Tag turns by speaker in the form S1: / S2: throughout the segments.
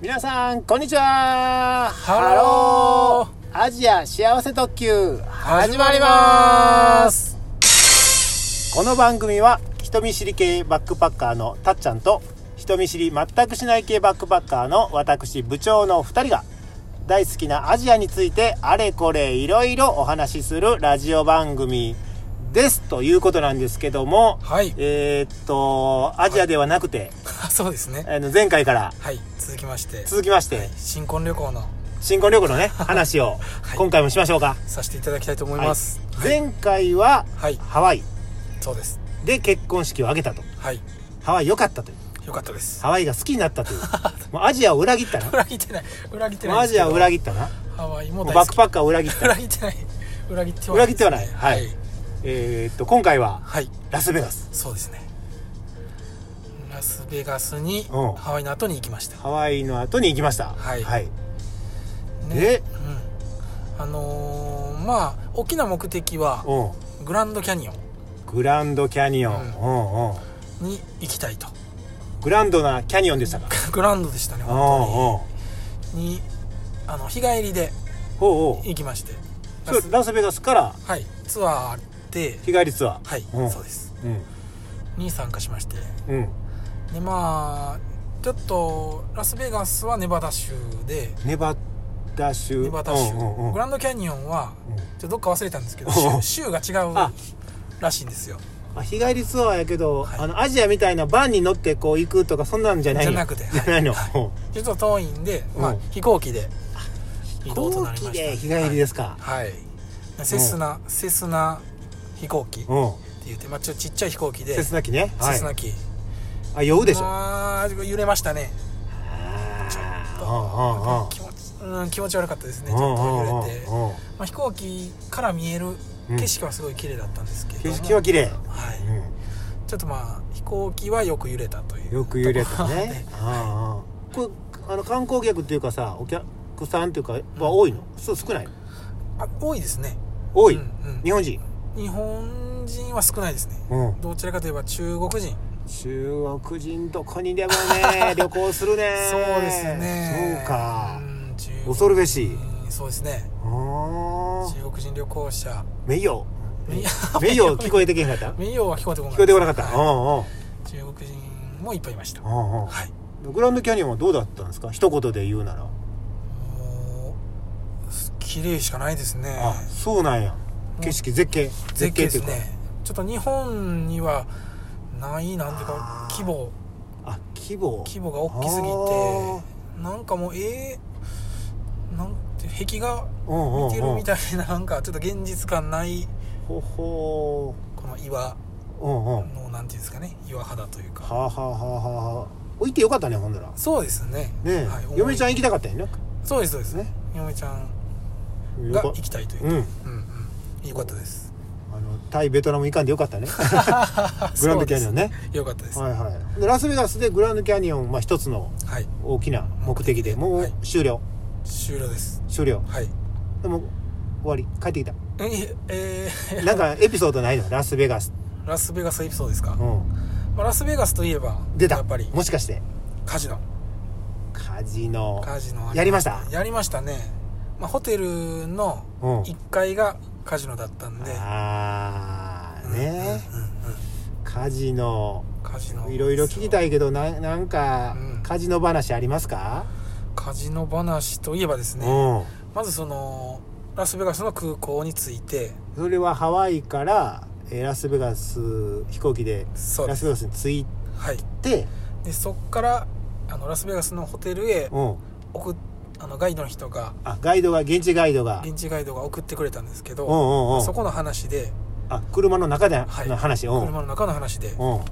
S1: 皆さんこんにちは
S2: ハロ
S1: ーアジア幸せ特急
S2: 始まります
S1: この番組は人見知り系バックパッカーのたっちゃんと人見知り全くしない系バックパッカーの私部長の2人が大好きなアジアについてあれこれいろいろお話しするラジオ番組ですということなんですけども、
S2: はい
S1: えーっとアジアではなくて、
S2: そうですね
S1: あの前回から
S2: はい続きまして
S1: 続きまして、
S2: 新婚旅行の
S1: 新婚旅行のね話を
S2: はい
S1: 今回もしましょうか、
S2: させていただきたいと思います
S1: はい前回は
S2: はい、
S1: ハワイ
S2: そうです
S1: で結婚式を挙げたと
S2: はい
S1: ハワイ良かったという
S2: よかったです
S1: ハワイが好きになったというもうアジアを裏切ったな
S2: 裏切ってない裏切って
S1: も
S2: な
S1: う
S2: い
S1: アジアを裏
S2: 切
S1: 切ったな
S2: ハワイも
S1: もう
S2: 大
S1: バ
S2: 好
S1: ック
S2: き
S1: パッカーを裏切った
S2: 裏切ってない裏切っては
S1: 裏切ってはないはい
S2: はい、
S1: えーっと今回は
S2: はい、
S1: ラスベガス
S2: そうですねラスベガスに
S1: うん
S2: ハワイの後に行きました
S1: ハワイの後に行きました
S2: はい
S1: はい、
S2: ね
S1: で
S2: うんあのーまあ大きな目的は
S1: うん
S2: グランドキャニオン
S1: グランドキャニオン、う
S2: うん
S1: んうん
S2: に行きたいと
S1: グランドなキャニオンでしたか
S2: グランドでしたね
S1: うんうん
S2: 本当ににあの日帰りで
S1: ほうほう
S2: 行きまして
S1: それラスベガスから
S2: はいツアーあって
S1: 日帰りツアー
S2: はい、
S1: うん
S2: そうです
S1: うん
S2: に参加しまして
S1: うん
S2: でまあちょっとラスベガスはネバダ州で
S1: ネバダ州
S2: ネバダ州、
S1: うんうんうん
S2: グランドキャニオンは
S1: うん
S2: ちょっとどっか忘れたんですけど
S1: うん
S2: 州州が違う
S1: あ
S2: らしいんですよ
S1: あ日帰りツアーやけど、
S2: はい
S1: あのアジアみたいなバンに乗ってこう行くとかそんなんじゃないの
S2: じゃなくてはい
S1: じゃないの、
S2: はい
S1: うん
S2: ちょっと遠いんで、ま
S1: う
S2: あ
S1: ん、
S2: 飛行機で
S1: 飛
S2: 移動とな
S1: 行
S2: り
S1: 機
S2: ました
S1: で日帰りですか、
S2: はい、セスナ、セスナ飛行機って
S1: う
S2: 言って、まあ、ちょっとちっちゃい飛行機
S1: ん
S2: で
S1: セスナ機ね、
S2: セスナ機、
S1: あ酔うでしょ、
S2: まあ揺れましたね
S1: あ
S2: ちょ
S1: あ
S2: っと気持ち,、うん、気持ち悪かったですね
S1: う
S2: ち
S1: んう
S2: ょっ
S1: んうん
S2: と
S1: うん
S2: 揺れて、
S1: うんうんうん
S2: まあ、飛行機から見える景色はすごい綺麗だったんですけども、
S1: 景色は綺麗、
S2: はい、
S1: う、
S2: ちょっとまあ飛行機はよく揺れたというん
S1: よく揺れたね、
S2: ところではい
S1: ああこれあの観光客っていうかさお客さんっていうかは多いの、そう少ない
S2: あ多いですね
S1: 多い、
S2: うんうん
S1: 日本人、
S2: 日本人は少ないですね
S1: うん、
S2: どちらかといえば中国人
S1: 中国人どこにでも ね旅行するね
S2: そうですね
S1: そうか
S2: うん中国
S1: 恐るべし
S2: うんそうですね
S1: あー
S2: 中国人旅行者
S1: 名誉
S2: 名
S1: 名誉聞こえてけへんかった
S2: 名誉は聞こえてこな
S1: 聞
S2: か
S1: こえ
S2: ってた
S1: こなかった、
S2: は
S1: う
S2: い中国人もいっぱいいました
S1: んうんうんうん
S2: はい
S1: グランドキャニオンはどうだったんですか一言で言うなら
S2: もうす綺麗しかないですね
S1: あそうなんや景色絶景
S2: 絶景です
S1: っていうか
S2: ねちょっと日本にはないなんていう
S1: あー
S2: か規模
S1: あ規模
S2: 規模が大きすぎてなんかもうええなんて壁画見てるみ
S1: い
S2: たいななんかちょっと現実感ない
S1: ほほ
S2: この岩
S1: ーうんうんは
S2: のなんていうんですかね岩肌という
S1: あ
S2: か
S1: はあはあはあ置いてよかったねほんならね
S2: そうですね
S1: え、
S2: はい思い
S1: 嫁ちゃん行きたかったよね
S2: そうですそうです
S1: ね
S2: 嫁ちゃん
S1: よ
S2: が
S1: か
S2: 行きたいというう、
S1: ん
S2: うんうん、よかったです
S1: あのタイベトナム行かんでよかったねグランドキャニオンね
S2: そうですよかったです、
S1: はいはいでラスベガスでグランドキャニオン、まあ、一つの
S2: はい、
S1: 大きな目的でも
S2: は
S1: う
S2: い
S1: 終了、
S2: 終了です
S1: 終了
S2: はい
S1: でも終わり帰ってきた
S2: えーえー
S1: なんかエピソードないのラスベガス、
S2: ラスベガスエピソードです か、
S1: うん、
S2: まあ、ラスベガスといえば
S1: 出た
S2: やっぱり
S1: もしかして
S2: カジノ
S1: カジノ
S2: カジノ
S1: やりました
S2: やりましたね、まあ、ホテルの
S1: うん
S2: 1階がカジノだったんで、
S1: ああね、
S2: うんうんうん
S1: カジノ
S2: カジノ
S1: いろいろ聞きた
S2: い
S1: いけどななんか、
S2: うん
S1: カジノ話ありますか、
S2: カジノ話といえばですね、
S1: うん
S2: まずそのラスベガスの空港に着いて
S1: それはハワイからえーラスベガス飛行機で
S2: そうで
S1: ラス
S2: す
S1: ベガスに着い
S2: はい
S1: て
S2: でそっからあのラスベガスのホテルへ
S1: うん
S2: 送っあのガイドの人が
S1: あガイドが現地ガイドが
S2: 現地ガイドが送ってくれたんですけ
S1: うん
S2: ど、
S1: うんうん
S2: そこの話で、
S1: あ車の中で
S2: はい
S1: の話、うん
S2: 車の中の話で、ま
S1: うん
S2: あ、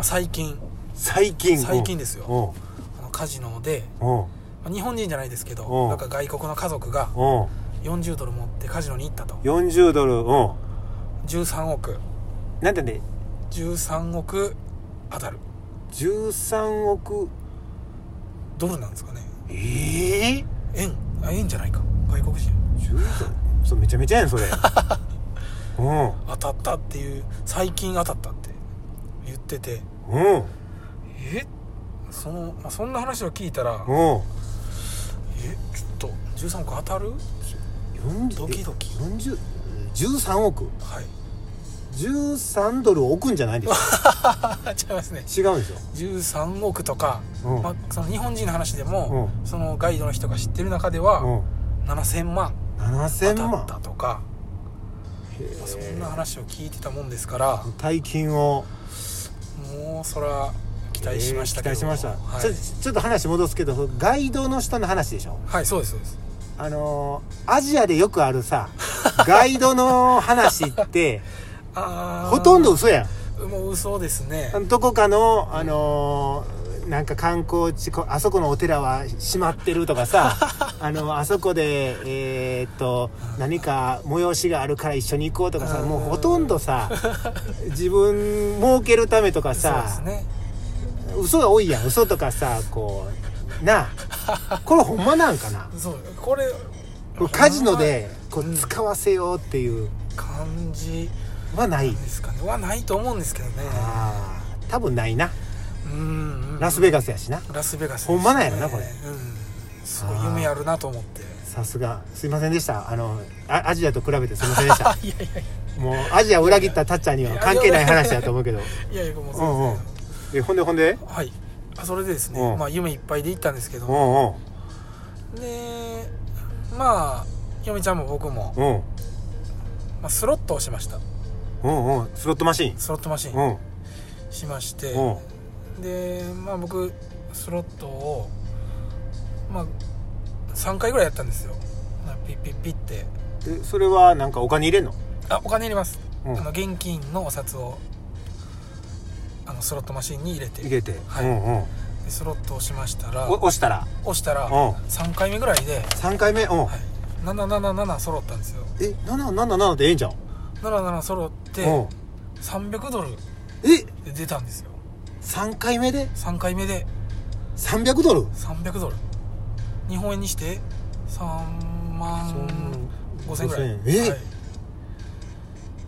S2: 最近
S1: 最近
S2: 最近です
S1: う
S2: よ
S1: ん
S2: あのカジノで、
S1: うん
S2: まあ、日本人じゃないですけ
S1: う
S2: ど
S1: ん
S2: なんか外国の家族が
S1: うん
S2: 40ドル持ってカジノに行ったと
S1: 40ドルうん
S2: 13億
S1: なんてね
S2: 13億当たる
S1: 13億
S2: ドルなんですかね
S1: ええ
S2: 円あ円じゃないか外国人
S1: 10ドルそうめちゃめちゃやんそ れうん
S2: 当たったっていう最近当たったって言ってて
S1: うん
S2: えその、まあ、そんな話を聞いたら
S1: うん
S2: えちょっと13個当たる
S1: 40
S2: ドキドキ
S1: 40 13億
S2: はい
S1: 13ドル置くんじゃないで
S2: あ違いますね
S1: しょ違うんですよ
S2: 13億とか、
S1: うん
S2: まあ、その日本人の話でも、そのガイドの人が知ってる中では、
S1: うん
S2: 7000万当
S1: 7000
S2: たっ
S1: 万
S2: たとか、まあそんな話を聞いてたもんですから
S1: 大金を
S2: もうそら期待しました
S1: えー期
S2: けど
S1: 待しました、
S2: はい
S1: ちょちょっと話戻すけどガイドの人の話でしょ
S2: はいそうですそうです
S1: あのーアジアでよくある さガイドの話って
S2: あー
S1: ほとんど嘘やん
S2: もう嘘ですね
S1: あのどこかの、あのーなんか観光地こあそこのお寺は閉まってるとか さあのあそこでえーっと何か催しがあるから一緒に行こうとかさ
S2: うん
S1: もうほとんどさ自分儲けるためとか
S2: そう
S1: さ
S2: ですね
S1: 嘘が多いやん嘘とかさこうなあこれほんまなんかな
S2: そうこれ
S1: これカジノでこ
S2: う
S1: うん使わせようっていう
S2: 感じ
S1: はない
S2: ですかねはないと思うんですけどね
S1: あー多分ないな
S2: うんうん
S1: ラスベガスやしな
S2: ラスベガスです
S1: ほんまなんやろなこれ
S2: うんすごい夢あるなと思って
S1: さすがすいませんでしたあのあアジアと比べてすいませんでした
S2: いやいやい
S1: もうアジアを裏切ったたっちゃんには関係ない話だと思うけど
S2: やいやいやもう
S1: う
S2: 全然
S1: んうんえほんでほんで
S2: はいあそれでですね、
S1: うん
S2: まあ夢いっぱいで行ったんですけ
S1: う
S2: ど
S1: んうん
S2: でまあ嫁ちゃんも僕も、
S1: うん
S2: まあ、スロットをしました
S1: うんうんスロットマシーン
S2: スロットマシン
S1: うん
S2: しまして
S1: うん
S2: でまあ僕スロットをまあ3回ぐらいやったんですよまあピッピッピッって
S1: えそれはなんかお金入れんの
S2: あお金入れます、
S1: うん
S2: あの現金のお札をあのスロットマシンに入れて
S1: 入れて、
S2: はい
S1: うんうん
S2: でスロットをしましたら
S1: お押したら
S2: 押したら
S1: うん
S2: 3回目ぐらいで、はい、
S1: 3回目うん
S2: 777揃ったんですよ
S1: え777でええんじゃん
S2: 77揃って
S1: うん
S2: 300ドル
S1: え
S2: で出たんですよ
S1: 3回目で
S2: 3回目で
S1: 300ドル
S2: 300ドル日本円にして3万5000ぐらい
S1: え
S2: はい、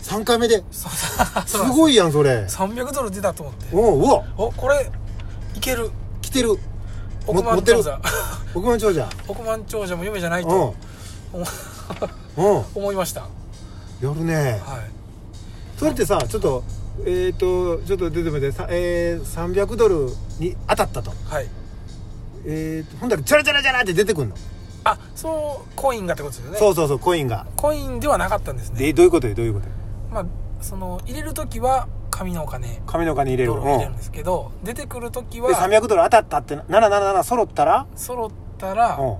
S1: 3回目で
S2: そ
S1: す
S2: そう
S1: ごいやんそれ
S2: 300ドル出たと思って
S1: おううわ
S2: おこれいける
S1: 来てるも
S2: 億万長者
S1: 億万長者
S2: 億万長者も夢じゃない
S1: うん
S2: と思
S1: うん
S2: 思いました
S1: やるね
S2: はい
S1: それってさちょっとえっ、とちょっと出てみてさ、えー、300ドルに当たったと
S2: はい
S1: えー、とほんだらジャラジャラジャラって出てくんの、
S2: あそうコインがってことですよね
S1: そうそうそうコインが
S2: コインではなかったんですね
S1: でどういうことよどういうことよ
S2: まあその入れる時は紙のお金
S1: 紙のお金入れる
S2: ドルを入れる
S1: うんん
S2: ですけど出てくる時
S1: で
S2: は
S1: 300ドル当たったって777揃ったら
S2: 揃ったら
S1: うん
S2: こ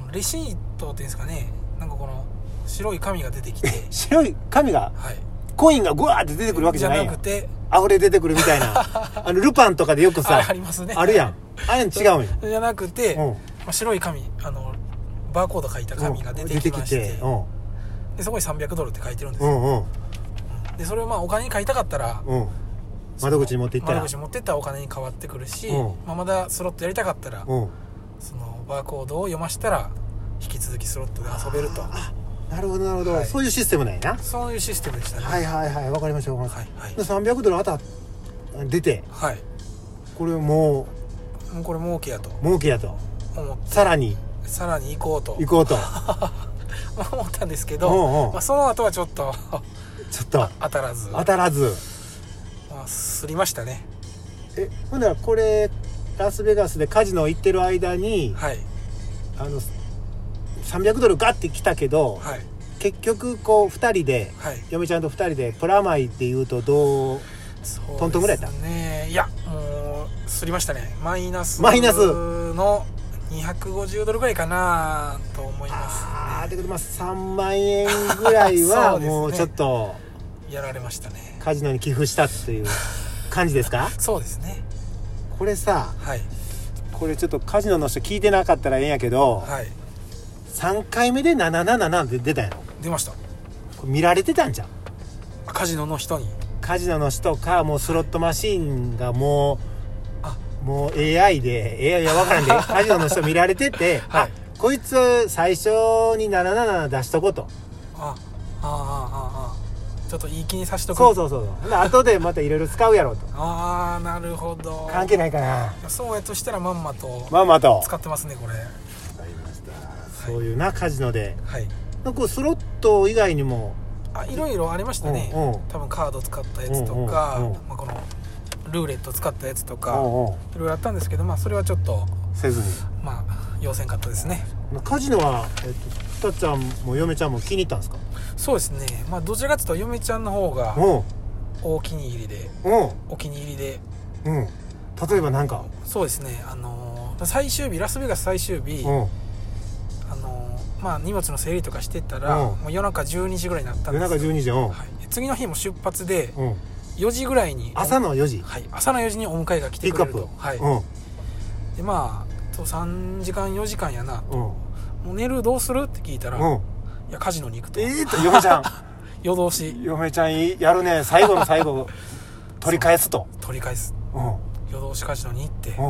S2: のレシートっていうんですかねなんかこの白い紙が出 てきて
S1: 白い紙が
S2: はい
S1: コインがグワーって出てくるわけじゃないや
S2: じゃなんくて
S1: 溢れ出てくるみたい なあのルパンとかでよく
S2: あ
S1: さ
S2: ありますね
S1: あるやんあれ違うんよ
S2: じゃなくて、
S1: うん
S2: まあ、白い紙あのバーコード書いた紙が出てきまして
S1: 出てきてうん
S2: でそこに300ドルって書いてるんです
S1: う
S2: よ、
S1: んうん
S2: でそれをまあお金に買いたかったら
S1: うん窓口に持って行ったら
S2: 窓口に持ってったらお金に変わってくるし、
S1: うん
S2: まあ、まだスロットやりたかったら、
S1: うん
S2: そのバーコードを読ましたら引き続きスロットで遊べると
S1: なるほどなるほど、
S2: はい
S1: そういうシステムなんやな
S2: そういうシステムでしたね
S1: はいはいはいわかりましたわかりま
S2: はい
S1: し
S2: はい
S1: た、で300ドル当たっ出て
S2: はい
S1: これも
S2: もうこれ儲けやと
S1: う儲けやと
S2: 思って
S1: さらに
S2: さらに行こうと
S1: 行こう と
S2: 思ったんですけ
S1: うんう
S2: ど
S1: ん
S2: まあその後はちょっと
S1: ちょっと
S2: 当たらず
S1: 当たらず
S2: まあすりましたね
S1: えほんならこれラスベガスでカジノ行ってる間に
S2: はい
S1: あの300ドルガッて来たけど、
S2: はい
S1: 結局こう2人で
S2: はい
S1: 嫁ちゃんと2人でプラマイっていうとどうトントンぐらいやった
S2: そうですねいやもうすりましたねマイナス
S1: マイナス
S2: の250ドルぐらいかなと思いま
S1: ああだけどまあ3万円ぐらいは
S2: そうですね
S1: もうちょっと
S2: すやられましたね
S1: カジノに寄付したっていう感じですか
S2: そうですね
S1: これさ
S2: はい
S1: これちょっとカジノの人聞いてなかったらええんやけど、
S2: はい
S1: 3回目で777って出たやろ
S2: 出ました
S1: これ見られてたんじゃん
S2: カジノの人に
S1: カジノの人かもうスロットマシンがもう
S2: あ
S1: もう AI で AI は分からんで カジノの人見られてて、
S2: は
S1: あ
S2: い
S1: こいつ最初に777出しとこうと
S2: ああああああちょっといい気にさしとく
S1: そうそうそうそうで後でまたいろいろ使うやろうと
S2: ああなるほど
S1: 関係ないかな
S2: そうやとしたらまんまと
S1: まあまと
S2: 使ってますねこれ
S1: わかりましたそういうなカジノで
S2: はい
S1: なんかスロット以外にも
S2: あいろいろありましたね、
S1: うんうん
S2: 多分カード使ったやつとか、
S1: うんうんうん
S2: まあ、このルーレット使ったやつとか
S1: おうお
S2: いろいろあったんですけどまあそれはちょっと
S1: うせずに
S2: まあ要せんかったですね
S1: カジノは、えっと、たっちゃんも嫁ちゃんも気に入ったんですか
S2: そうですねまあどちらかというと嫁ちゃんの方が
S1: うん
S2: お気に入りで
S1: うん
S2: お気に入りで
S1: うん例えばなんか
S2: そうですねあのー最終日ラスベガス最終日、
S1: うん
S2: あのーまあ荷物の整理とかしてた
S1: う
S2: ら、
S1: ん
S2: もう夜中12時ぐらいになったん
S1: 夜
S2: です
S1: 中
S2: よ
S1: 12時うん、
S2: はい、次の日も出発で
S1: うん、
S2: 4時ぐらいに
S1: 朝の4時
S2: はい、朝の4時にお迎えが
S1: ピ
S2: 来て
S1: ックアッ
S2: くれる
S1: プ
S2: と、はい
S1: うん
S2: でまあと3時間4時間やな
S1: うん
S2: もう寝るどうするって聞いたら、
S1: う
S2: い
S1: ん
S2: やカジノに行くと
S1: ええと嫁ちゃん
S2: 夜通し
S1: 嫁ちゃんいいやるね最後の最後取り返すと
S2: 取り返す
S1: うんうん
S2: 夜通しカジノに行って
S1: 取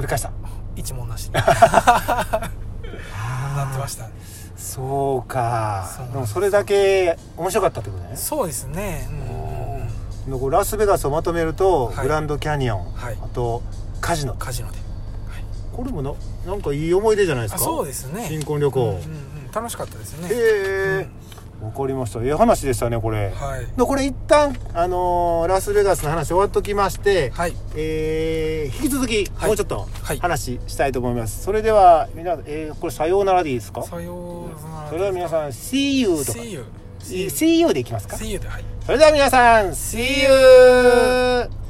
S1: り返した
S2: 一 文なしに な
S1: あ
S2: ってました
S1: たそうか
S2: そうなんです
S1: でもそれだけ面白かったってことね
S2: そうですねうんうんうん
S1: でこうラスベガスをまとめると、
S2: はい
S1: グランドキャニオン、
S2: はい
S1: あとカジノ
S2: カジノで
S1: これもななんかいい思い出じゃないです
S2: あ
S1: か
S2: そうですね
S1: 新婚旅行、
S2: うんうんうん楽しかったですね
S1: へえ、わかりましたええ話でしたねこれ、
S2: はい
S1: でこれ一旦あのーラスベガスの話終わっときまして、
S2: はい
S1: えー引き続き
S2: はい
S1: もうちょっと
S2: はい
S1: 話したいと思います、それでは皆さん、えーこれさようならでいいですか
S2: さようなら
S1: それでは皆さん See you とか
S2: See you
S1: See you でいきますか
S2: See you ではい
S1: それでは皆さん See you!